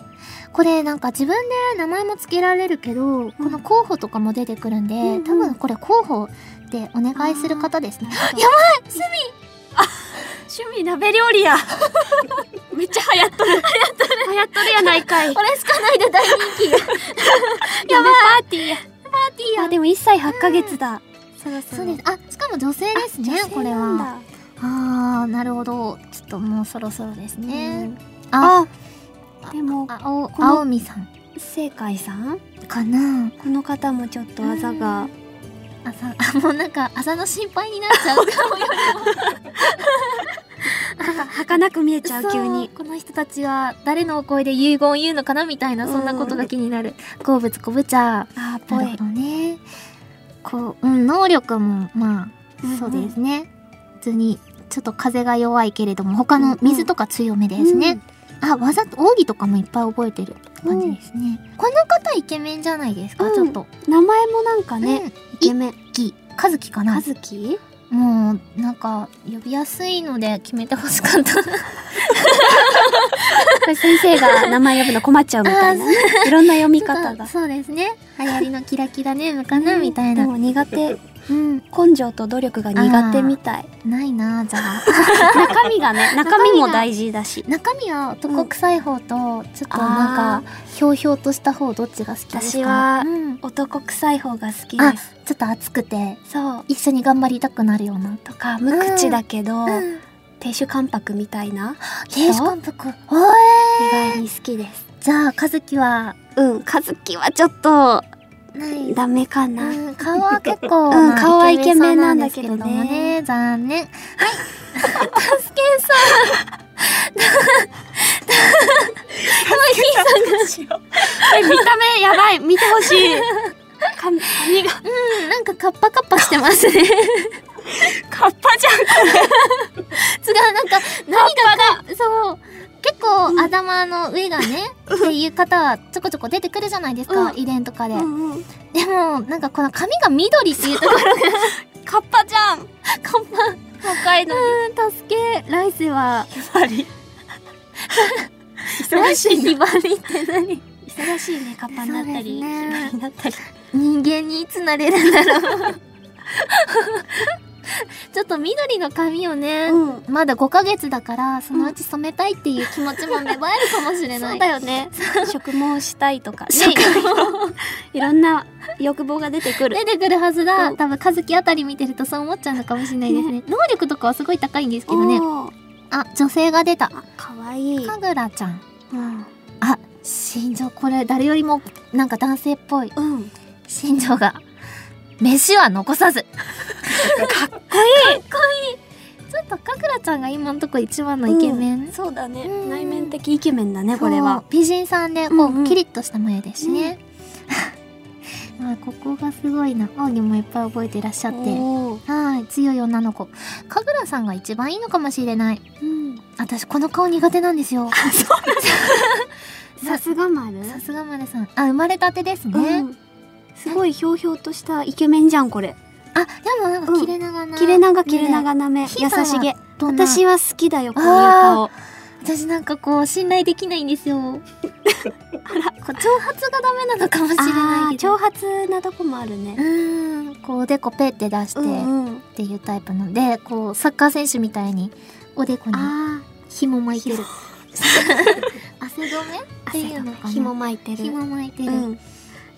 [SPEAKER 1] これなんか自分で名前も付けられるけど、この候補とかも出てくるんで、
[SPEAKER 2] うんうん
[SPEAKER 1] 多分これ候補でお願いする方ですね。
[SPEAKER 2] やばい趣味あ趣味鍋料理やめっちゃ流行っとる流行っとる流行っとるやないかい
[SPEAKER 1] これしかないで大人気
[SPEAKER 2] やばいパーティーや
[SPEAKER 1] パーティーや
[SPEAKER 2] あでも1歳8ヶ月だそうだ
[SPEAKER 1] そうです。あ、しかも女性ですね、これは。あー、なるほど。ちょっともうそろそろですね。あ、
[SPEAKER 2] あでも
[SPEAKER 1] あ
[SPEAKER 2] こ
[SPEAKER 1] お、
[SPEAKER 2] の
[SPEAKER 1] あおみさん
[SPEAKER 2] 正解さん
[SPEAKER 1] かな。
[SPEAKER 2] この方もちょっと技が
[SPEAKER 1] あさ、あ、もうなんか、朝 の心配になっちゃう。
[SPEAKER 2] 儚く見えちゃう
[SPEAKER 1] そう
[SPEAKER 2] 急に
[SPEAKER 1] この人たちは誰のお声で遺言を言うのかなみたいなそんなことが気になる、好物昆布茶
[SPEAKER 2] あー
[SPEAKER 1] な
[SPEAKER 2] ぽ
[SPEAKER 1] る
[SPEAKER 2] い
[SPEAKER 1] ほどねこう、うん、能力もまあ、
[SPEAKER 2] うんうん
[SPEAKER 1] そうですね普通にちょっと風が弱いけれども他の水とか強めですね、あ、わざと奥義とかもいっぱい覚えてる感じですね、この方イケメンじゃないですか、
[SPEAKER 2] うん
[SPEAKER 1] ちょっと
[SPEAKER 2] 名前もなんかね、
[SPEAKER 1] うん
[SPEAKER 2] イケメン
[SPEAKER 1] き和樹かな
[SPEAKER 2] 和樹
[SPEAKER 1] もうなんか呼びやすいので決めてほしか った
[SPEAKER 2] これ先生が名前呼ぶの困っちゃうみたいな、いろんな読み方が。
[SPEAKER 1] そうそうですね流行りのキラキラネームかなみたい
[SPEAKER 2] で
[SPEAKER 1] な、
[SPEAKER 2] も苦手、
[SPEAKER 1] うん、
[SPEAKER 2] 根性と努力が苦手みたい。
[SPEAKER 1] ないなじゃ あ
[SPEAKER 2] 中身が ね、中身も大事だし。
[SPEAKER 1] 中身は男臭い方とちょっとなんかひょうひょうとした方どっちが好きですか
[SPEAKER 2] 私は
[SPEAKER 1] うん、ちょ
[SPEAKER 2] 男臭い方が好き
[SPEAKER 1] あ
[SPEAKER 2] です。
[SPEAKER 1] っと熱くて
[SPEAKER 2] そう。
[SPEAKER 1] 一緒に頑張りたくなるような
[SPEAKER 2] とか、無口だけど、
[SPEAKER 1] うん
[SPEAKER 2] 亭主関白みたいな、
[SPEAKER 1] 亭主関白お
[SPEAKER 2] 意
[SPEAKER 1] え
[SPEAKER 2] 外に好きです。
[SPEAKER 1] じゃあ和樹は
[SPEAKER 2] うん、和樹はちょっと、
[SPEAKER 1] ない
[SPEAKER 2] ダメかな。
[SPEAKER 1] う ん顔は結構、
[SPEAKER 2] うん
[SPEAKER 1] まあ
[SPEAKER 2] 顔はイケメンなんだ
[SPEAKER 1] イケ
[SPEAKER 2] け
[SPEAKER 1] メン
[SPEAKER 2] ど
[SPEAKER 1] さんな
[SPEAKER 2] ね
[SPEAKER 1] んですけれどもね残念
[SPEAKER 2] え、見た目やばい見てほ しい髪髪が、
[SPEAKER 1] うんなんかカッパカッパしてますね違う
[SPEAKER 2] カッパじ
[SPEAKER 1] なんか
[SPEAKER 2] ゃん何が
[SPEAKER 1] そう結構頭の上がね、っていう方はちょこちょこ出てくるじゃないですか、
[SPEAKER 2] うん
[SPEAKER 1] 遺伝とかで、
[SPEAKER 2] うんうん
[SPEAKER 1] でもなんかこの髪が緑っていうとこ ろ
[SPEAKER 2] カッパじゃん
[SPEAKER 1] 看板
[SPEAKER 2] 若いのに
[SPEAKER 1] 助け来世は
[SPEAKER 2] やばり忙
[SPEAKER 1] 来
[SPEAKER 2] し
[SPEAKER 1] 世
[SPEAKER 2] いね
[SPEAKER 1] ひばりって何
[SPEAKER 2] 忙しいねカッパになったり、
[SPEAKER 1] そうですね
[SPEAKER 2] ひばりになったり
[SPEAKER 1] 人間にいつなれるんだろう ちょっと緑の髪をね、
[SPEAKER 2] うん
[SPEAKER 1] まだ5ヶ月だからそのうち染めたいっていう気持ちも芽生えるかもしれない、
[SPEAKER 2] そうだよね植毛したいとかね
[SPEAKER 1] 植毛
[SPEAKER 2] いろんな欲望が出てくる
[SPEAKER 1] 出てくるはずだ、
[SPEAKER 2] うん
[SPEAKER 1] 多分和樹あたり見てるとそう思っちゃうのかもしれないですね能力とかはすごい高いんですけどね
[SPEAKER 2] おー
[SPEAKER 1] あ女性が出た
[SPEAKER 2] あ可愛い
[SPEAKER 1] かぐらちゃん
[SPEAKER 2] うん、
[SPEAKER 1] あ心情これ誰よりもなんか男性っぽい
[SPEAKER 2] うん、か
[SPEAKER 1] 心情が飯は残さ ず
[SPEAKER 2] っこいい
[SPEAKER 1] ちょっとかぐらちゃんが今のとこ一番のイケメン、
[SPEAKER 2] そうだね
[SPEAKER 1] うん
[SPEAKER 2] 内面的イケメンだねこれ
[SPEAKER 1] そ
[SPEAKER 2] は
[SPEAKER 1] う美人さんでこう、
[SPEAKER 2] うんうん
[SPEAKER 1] キリッとした眉ですしね、 まあここがすごいな青にもいっぱい覚えてらっしゃって
[SPEAKER 2] おー
[SPEAKER 1] はい強い女の子かぐらさんが一番いいのかもしれない
[SPEAKER 2] うん
[SPEAKER 1] 私この顔苦手なんですよ
[SPEAKER 2] さすが 丸
[SPEAKER 1] さすが丸さんあ生まれたてですね、
[SPEAKER 2] うん、すごいひょうひょうとしたイケメンじゃんこれ
[SPEAKER 1] あでもなんか切れ長な、
[SPEAKER 2] 切れ長切れ長な目優
[SPEAKER 1] ひーさんは
[SPEAKER 2] しげ
[SPEAKER 1] どんな
[SPEAKER 2] 私は好きだよこういう顔
[SPEAKER 1] 私なんかこう信頼できないんです よこう挑発がダメなのかもしれ
[SPEAKER 2] あ
[SPEAKER 1] ない
[SPEAKER 2] ー
[SPEAKER 1] けど
[SPEAKER 2] 挑発なとこもあるね
[SPEAKER 1] うーんこうおでこペって出して
[SPEAKER 2] う
[SPEAKER 1] っ
[SPEAKER 2] んうん
[SPEAKER 1] ていうタイプのでこうサッカー選手みたいにおでこに
[SPEAKER 2] あ
[SPEAKER 1] 紐巻いて る汗止め
[SPEAKER 2] あ
[SPEAKER 1] っていうのかな
[SPEAKER 2] 紐巻いてる
[SPEAKER 1] 紐巻いてる、
[SPEAKER 2] うん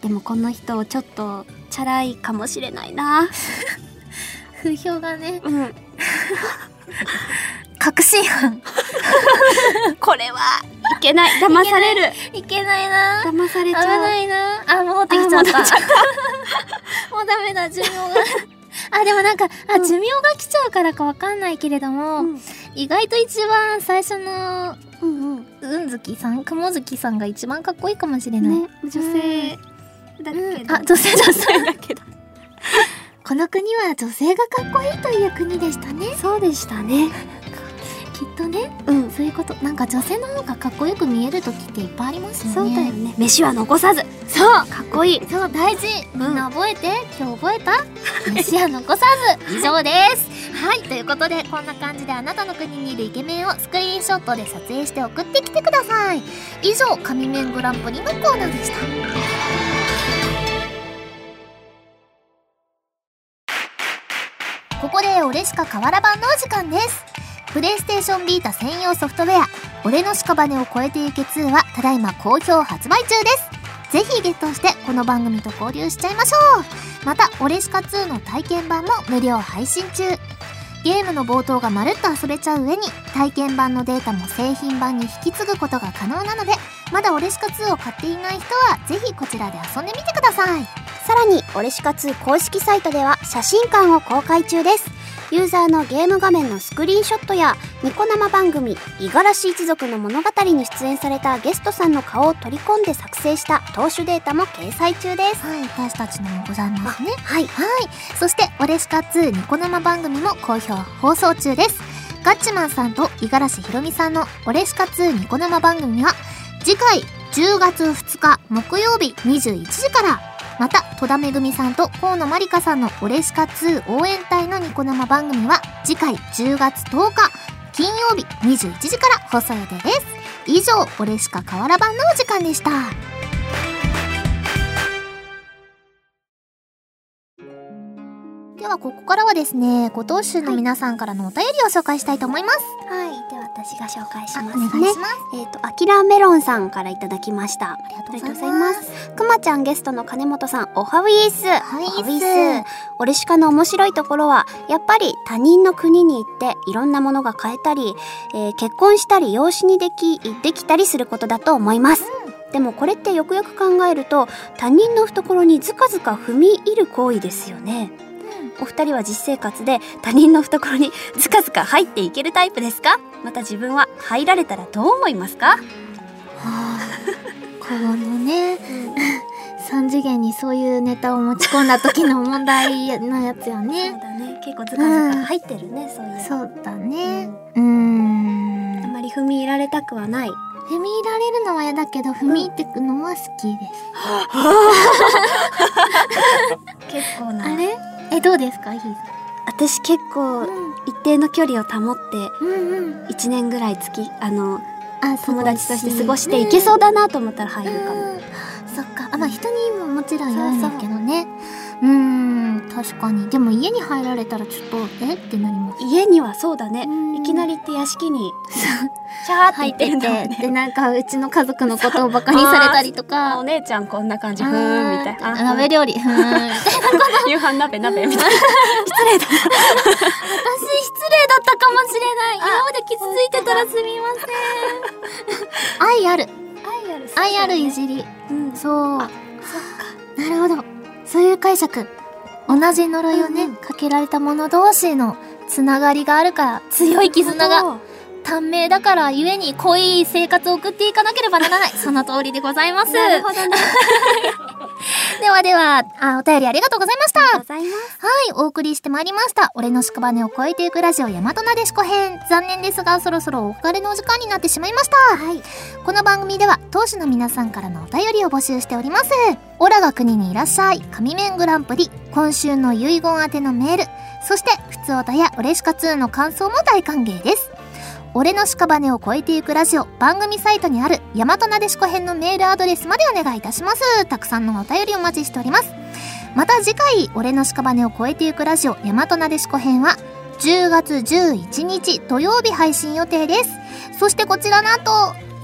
[SPEAKER 2] でもこの人ちょっとチャラいかもしれないな
[SPEAKER 1] 風評がね
[SPEAKER 2] うん
[SPEAKER 1] 確信犯
[SPEAKER 2] これはいけない騙される
[SPEAKER 1] いけないな
[SPEAKER 2] 騙されち
[SPEAKER 1] 危
[SPEAKER 2] ゃう
[SPEAKER 1] ないなあ戻ってきちゃったもうダメだ寿命があ、でもなんか、あ、寿命が来ちゃうからかわかんないけれども、
[SPEAKER 3] うん
[SPEAKER 1] 意外と一番最初の、
[SPEAKER 3] うんうん
[SPEAKER 1] うんずきさん、くもずきさんが一番かっこいいかもしれない。
[SPEAKER 3] ね女性だ
[SPEAKER 1] う
[SPEAKER 3] け
[SPEAKER 1] ん、
[SPEAKER 3] ど
[SPEAKER 1] あ、女性女性。
[SPEAKER 3] だ けど
[SPEAKER 1] この国は女性がかっこいいという国でしたね。
[SPEAKER 3] そうでしたね
[SPEAKER 1] きっとね、
[SPEAKER 3] うん
[SPEAKER 1] そういうこと。なんか女性の方がかっこよく見える時っていっぱいありますよね。
[SPEAKER 3] そうだよね飯は残さずそうかっこいい
[SPEAKER 1] そう大事みんな覚えて、今日覚えた飯は残さず以上ですはいということでこんな感じであなたの国にいるイケメンをスクリーンショットで撮影して送ってきてください以上神面グランプリのコーナーでしたここで俺しか変わら版のお時間ですプレイステーションビータ専用ソフトウェア俺の屍を超えてゆけ2はただいま好評発売中ですぜひゲットしてこの番組と交流しちゃいましょうまた「オレシカ2」の体験版も無料配信中ゲームの冒頭がまるっと遊べちゃう上に体験版のデータも製品版に引き継ぐことが可能なのでまだ「オレシカ2」を買っていない人はぜひこちらで遊んでみてください
[SPEAKER 2] さらに「オレシカ2」公式サイトでは写真館を公開中ですユーザーのゲーム画面のスクリーンショットやニコ生番組「五十嵐一族の物語」に出演されたゲストさんの顔を取り込んで作成した投手データも掲載中です
[SPEAKER 1] はい私たちのもございますね
[SPEAKER 2] は
[SPEAKER 1] はい
[SPEAKER 2] い
[SPEAKER 1] そして「オレシカ2」ニコ生番組も好評放送中ですガッチマンさんと五十嵐ひろみさんの「オレシカ2」ニコ生番組は次回10月2日木曜日21時からまた戸田恵さんと河野まりかさんの「オレシカ2」応援隊のニコ生番組は次回10月10日金曜日21時から放送予定です以上「オレシカ河原版」のお時間でしたではここからはですねご当主の皆さんからのお便りを紹介したいと思います、
[SPEAKER 2] はいでは私が紹介し
[SPEAKER 1] あ
[SPEAKER 2] ま
[SPEAKER 1] お
[SPEAKER 2] す
[SPEAKER 1] 願いし
[SPEAKER 2] ね
[SPEAKER 1] ます
[SPEAKER 2] えっ、とアキラメロンさんからいただきました
[SPEAKER 1] ありが
[SPEAKER 2] あ
[SPEAKER 1] と
[SPEAKER 2] り
[SPEAKER 1] う
[SPEAKER 2] がとう
[SPEAKER 1] ござ
[SPEAKER 2] ござ
[SPEAKER 1] い
[SPEAKER 2] い
[SPEAKER 1] ま。
[SPEAKER 2] ますす。くまちゃんゲストの金本さん、おはウィース。お
[SPEAKER 1] はウィース
[SPEAKER 2] オレシカの面白いところは、やっぱり他人の国に行って、いろんなものが買えたり、えー結婚したり、養子にでき、できたりすることだと思います。でもこれってよくよく考えると、他人の懐にずかずか踏み入る行為ですよね。お二人は実生活で他人の懐にずかずか入っていけるタイプですかまた自分は入られたらどう思いますか
[SPEAKER 1] はあ、このね、三次元にそういうネタを持ち込んだ時の問題のやつよ
[SPEAKER 2] そう
[SPEAKER 1] ね。
[SPEAKER 2] だね結構ずかずか入ってるね、そういう
[SPEAKER 1] そうだね。うーん。
[SPEAKER 2] あまり踏み入られたくはない
[SPEAKER 1] 踏み入られるのは嫌だけど、踏み入ってくのは好きです。
[SPEAKER 2] 結構
[SPEAKER 1] あれえ、どうですかヒー
[SPEAKER 2] 私結構
[SPEAKER 1] ん。
[SPEAKER 2] 一定の距離を保っ
[SPEAKER 1] う
[SPEAKER 2] て
[SPEAKER 1] んうん。
[SPEAKER 2] 1年ぐらい月あの
[SPEAKER 1] あ、
[SPEAKER 2] 友達として過ごしていけそうだなと思ったら入るかも、
[SPEAKER 1] うんそっかあまあ人にももちろんよるんだけどねうーん確かにでも家に入られたらちょっとえってなります
[SPEAKER 2] 家にはそうだね
[SPEAKER 1] うん
[SPEAKER 2] いきなりって屋敷にシャーって
[SPEAKER 1] 入
[SPEAKER 2] 入
[SPEAKER 1] っ
[SPEAKER 2] ってて
[SPEAKER 1] て
[SPEAKER 2] るんだもん
[SPEAKER 1] で
[SPEAKER 2] ね
[SPEAKER 1] なんかうちの家族のことをバカにされたりと
[SPEAKER 2] あお
[SPEAKER 1] か
[SPEAKER 2] 姉ちゃんこんな感じふーんみたい
[SPEAKER 1] あー
[SPEAKER 2] な
[SPEAKER 1] 鍋料理ふーん 私失礼だ
[SPEAKER 2] あ夕飯鍋鍋みたい な
[SPEAKER 1] ったかもしれない今まで傷ついてたらすみません 愛ある
[SPEAKER 2] 愛ある
[SPEAKER 1] 愛あるいじり
[SPEAKER 2] うん
[SPEAKER 1] そうなるほどそういう解釈同じ呪いをね、かけられた者同士のつながりがあるから強い絆が 短命だからゆえに濃い生活を送っていかなければな らないその通りでございます
[SPEAKER 2] なるほどね
[SPEAKER 1] ではではあお便りありがとうございました
[SPEAKER 2] ございます
[SPEAKER 1] はい、お送りしてまいりました。俺の屍を越えていくラジオ、大和なでしこ編。残念ですが、そろそろお別れのお時間になってしまいました。はい。この番組では、当主の皆さんからのお便りを募集しております。オラが国にいらっしゃい、神面グランプリ、今週の遺言宛てのメール、そして、ふつおたやオレシカ2の感想も大歓迎です。俺の屍を越えていくラジオ番組サイトにある大和なでしこ編のメールアドレスまでお願いいたします。たくさんのお便りお待ちしております。また次回「俺の屍を越えてゆくラジオ大和なでしこ編」は10月11日土曜日配信予定ですそしてこちらなんと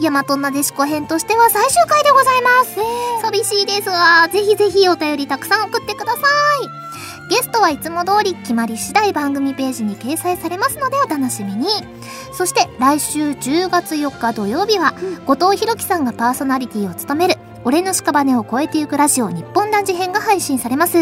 [SPEAKER 1] 大和なでしこ編としては最終回でございます、寂しいですがぜひぜひお便りたくさん送ってくださいゲストはいつも通り決まり次第番組ページに掲載されますのでお楽しみにそして来週10月4日土曜日は後藤弘樹さんがパーソナリティを務める俺の屍を超えてゆくラジオ日本男児編が配信されます、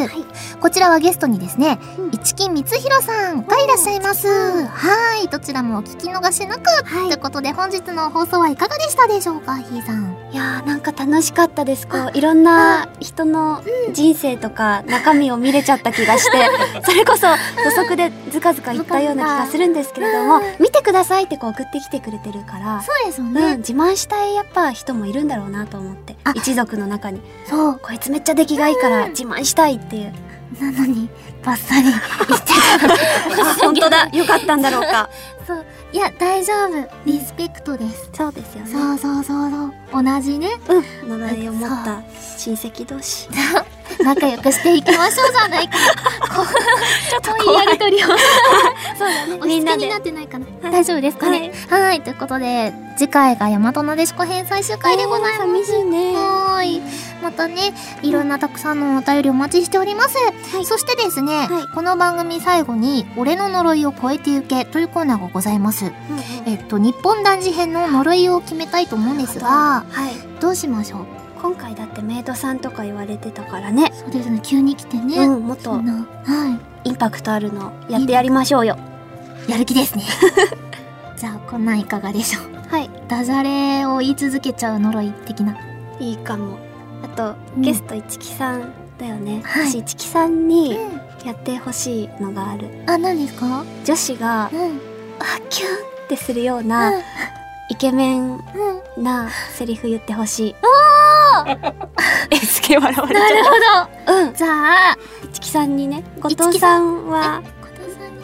[SPEAKER 1] こちらはゲストにですね、一木光弘さんがいらっしゃいますはいどちらもお聞き逃しなく、ということで本日の放送はいかがでしたでしょうかひーさん
[SPEAKER 2] いやーなんか楽しかったですこういろんな人の人生とか中身を見れちゃった気がして それこそ土足でずかずか言ったような気がするんですけれども見てくださいってこう送ってきてくれてるから
[SPEAKER 1] そうですよ
[SPEAKER 2] うん、自慢したいやっぱ人もいるんだろうなと思って
[SPEAKER 1] あ
[SPEAKER 2] 一族の中に
[SPEAKER 1] そう
[SPEAKER 2] こいつめっちゃ出来がいいから自慢したいっていう
[SPEAKER 1] なのにバッサリ 言って
[SPEAKER 2] あ 本当だよかったんだろうか
[SPEAKER 1] いや大丈夫リスペクトです、
[SPEAKER 2] そうですよね
[SPEAKER 1] そうそうそうそう同じね
[SPEAKER 2] 名前を持った親戚同士
[SPEAKER 1] 仲良くしていきましょうじゃ ないか
[SPEAKER 2] ちょっと
[SPEAKER 1] こういうやりとりを
[SPEAKER 2] そうだね
[SPEAKER 1] 押
[SPEAKER 2] み
[SPEAKER 1] し付
[SPEAKER 2] ん
[SPEAKER 1] け
[SPEAKER 2] な
[SPEAKER 1] に
[SPEAKER 2] で
[SPEAKER 1] なってないかな大丈夫ですかねはいということで次回が大和なでしこ編最終回でございます、
[SPEAKER 2] 寂しいね
[SPEAKER 1] はーいまたねいろんなたくさんのお便りお待ちしております、そしてですね、この番組最後に「俺の呪いを超えてゆけ」というコーナーがございますえっと日本男児編の呪いを決めたいと思うんですが
[SPEAKER 2] はい
[SPEAKER 1] どうしましょう
[SPEAKER 2] 今回だってメイドさんとか言われてたからね
[SPEAKER 1] そうですね急に来てね、
[SPEAKER 2] うんもっ
[SPEAKER 1] そ
[SPEAKER 2] と
[SPEAKER 1] んなは
[SPEAKER 2] インパクトあるのやってやりましょうよ
[SPEAKER 1] いやる気ですね じゃあこんなんいかがでしょう
[SPEAKER 2] はい
[SPEAKER 1] ダジャレを言い続けちゃう呪い的ない
[SPEAKER 2] いかもあと、
[SPEAKER 1] うん
[SPEAKER 2] ゲスト一木さんだよね、
[SPEAKER 1] はい
[SPEAKER 2] 私一木さんにやってほしいのがある
[SPEAKER 1] あ何ですか
[SPEAKER 2] 女子が
[SPEAKER 1] うんうん
[SPEAKER 2] あキュンってするような、
[SPEAKER 1] うん
[SPEAKER 2] イケメンなセリフ言ってほしいおす げえ笑われち
[SPEAKER 1] なる
[SPEAKER 2] ゃううん
[SPEAKER 1] じゃあ
[SPEAKER 2] 一木さんにね後藤さんは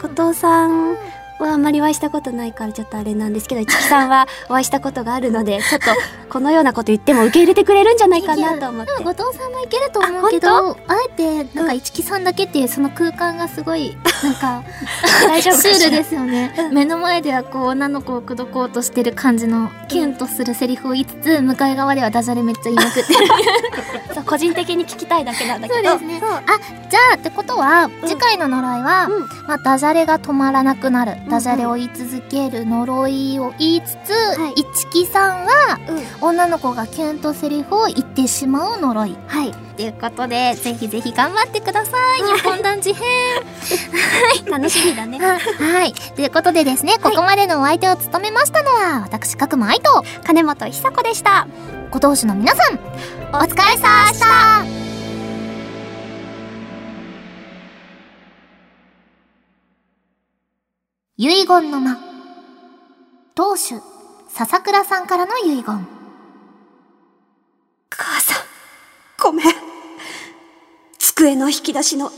[SPEAKER 1] 小田さん
[SPEAKER 2] 後藤さんはあんまりお会いしたことないからちょっとあれなんですけど一木さんはお会いしたことがあるのでちょっとこのようなこと言っても受け入れてくれるんじゃないかなと 思って
[SPEAKER 1] でも後藤さんもいけると思うけどあえてなんか一木さんだけっていうその空間がすごいなんか
[SPEAKER 2] 大
[SPEAKER 1] シ
[SPEAKER 2] 丈夫かし
[SPEAKER 1] ュー
[SPEAKER 2] ら
[SPEAKER 1] ル ですよね目の前ではこう女の子を口説こうとしてる感じのキュンとするセリフを言いつつ向かい側ではダジャレめっちゃ言いまくってる
[SPEAKER 2] そう個人的に聞きたいだけなんだけ
[SPEAKER 1] そう
[SPEAKER 2] ど
[SPEAKER 1] ですねあじゃあってことは次回の呪いは、
[SPEAKER 2] うん
[SPEAKER 1] まあ、ダジャレが止まらなくなる
[SPEAKER 2] ん
[SPEAKER 1] ダジャレを言い続ける呪いを言いつつ、
[SPEAKER 2] はい
[SPEAKER 1] 一木さんは
[SPEAKER 2] うん
[SPEAKER 1] 女の子がキュンとセリフを言ってしまう呪い
[SPEAKER 2] はい
[SPEAKER 1] ということでぜひぜひ頑張ってください、日本男児編
[SPEAKER 2] 楽しみだね
[SPEAKER 1] はいということでですねここまでのお相手を務めましたのは私角間愛と
[SPEAKER 2] 金本久子でした
[SPEAKER 1] ご当主の皆さんお疲れさまでした遺言の間当主笹倉さんからの遺言
[SPEAKER 2] 母さんごめん机の引き出しの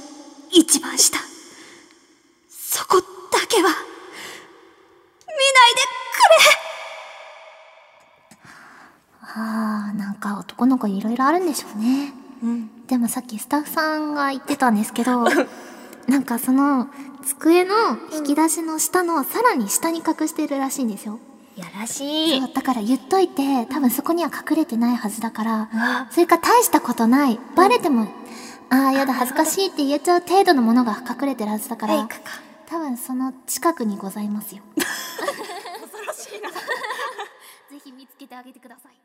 [SPEAKER 2] 一番下そこだけは見ないで
[SPEAKER 1] あーなんか男の子いろいろあるんでしょうね、でもさっきスタッフさんが言ってたんですけどなんかその机の引き出しの下のさらに下に隠してるらしいんですよ
[SPEAKER 2] やらしい
[SPEAKER 1] そうだから言っといて多分そこには隠れてないはずだからそれか大したことないバレても、ああやだ恥ずかしいって言えちゃう程度のものが隠れてるはずだから多分その近くにございますよ恐ろしいなぜひ見つけてあげてください